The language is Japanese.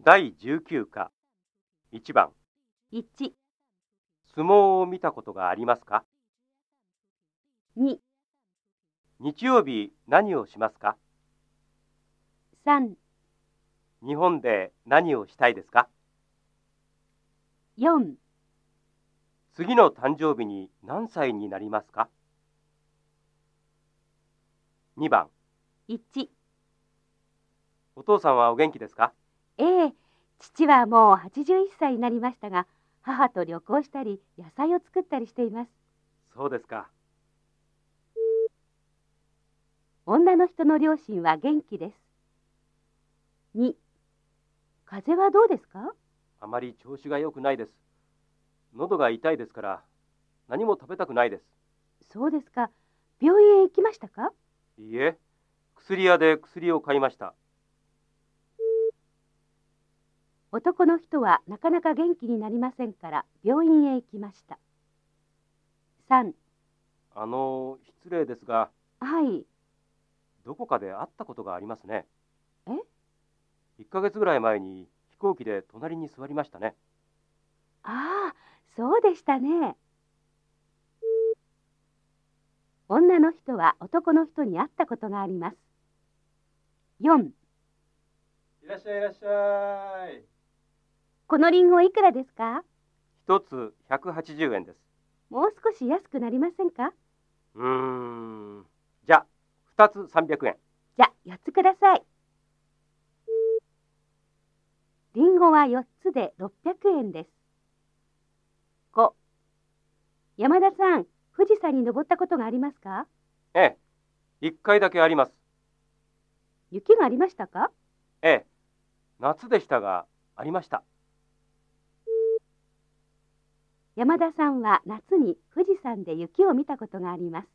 第19課1番1、相撲を見たことがありますか2、日曜日何をしますか3、日本で何をしたいですか4、次の誕生日に何歳になりますか2番1。お父さんはお元気ですかええ、父はもう81歳になりましたが、母と旅行したり、野菜を作ったりしています。そうですか女の人の両親は元気です。2、風邪はどうですかあまり調子が良くないです喉が痛いですから何も食べたくないですそうですか。病院へ行きましたかいいえ薬屋で薬を買いました男の人はなかなか元気になりませんから、病院へ行きました。3、あの失礼ですがはい、どこかで会ったことがありますね。え ?1 ヶ月ぐらい前に飛行機で隣に座りましたね。ああ、そうでしたね。女の人は男の人に会ったことがあります。4、いらっしゃいいらっしゃい。このリンゴいくらですか一つ180円です。もう少し安くなりませんかうーん。じゃ、2つ300円。じゃ、4つください。リンゴは4つで600円です。5、山田さん、富士山に登ったことがありますかええ。1回だけあります。雪がありましたかええ。夏でしたが、ありました。山田さんは夏に富士山で雪を見たことがあります。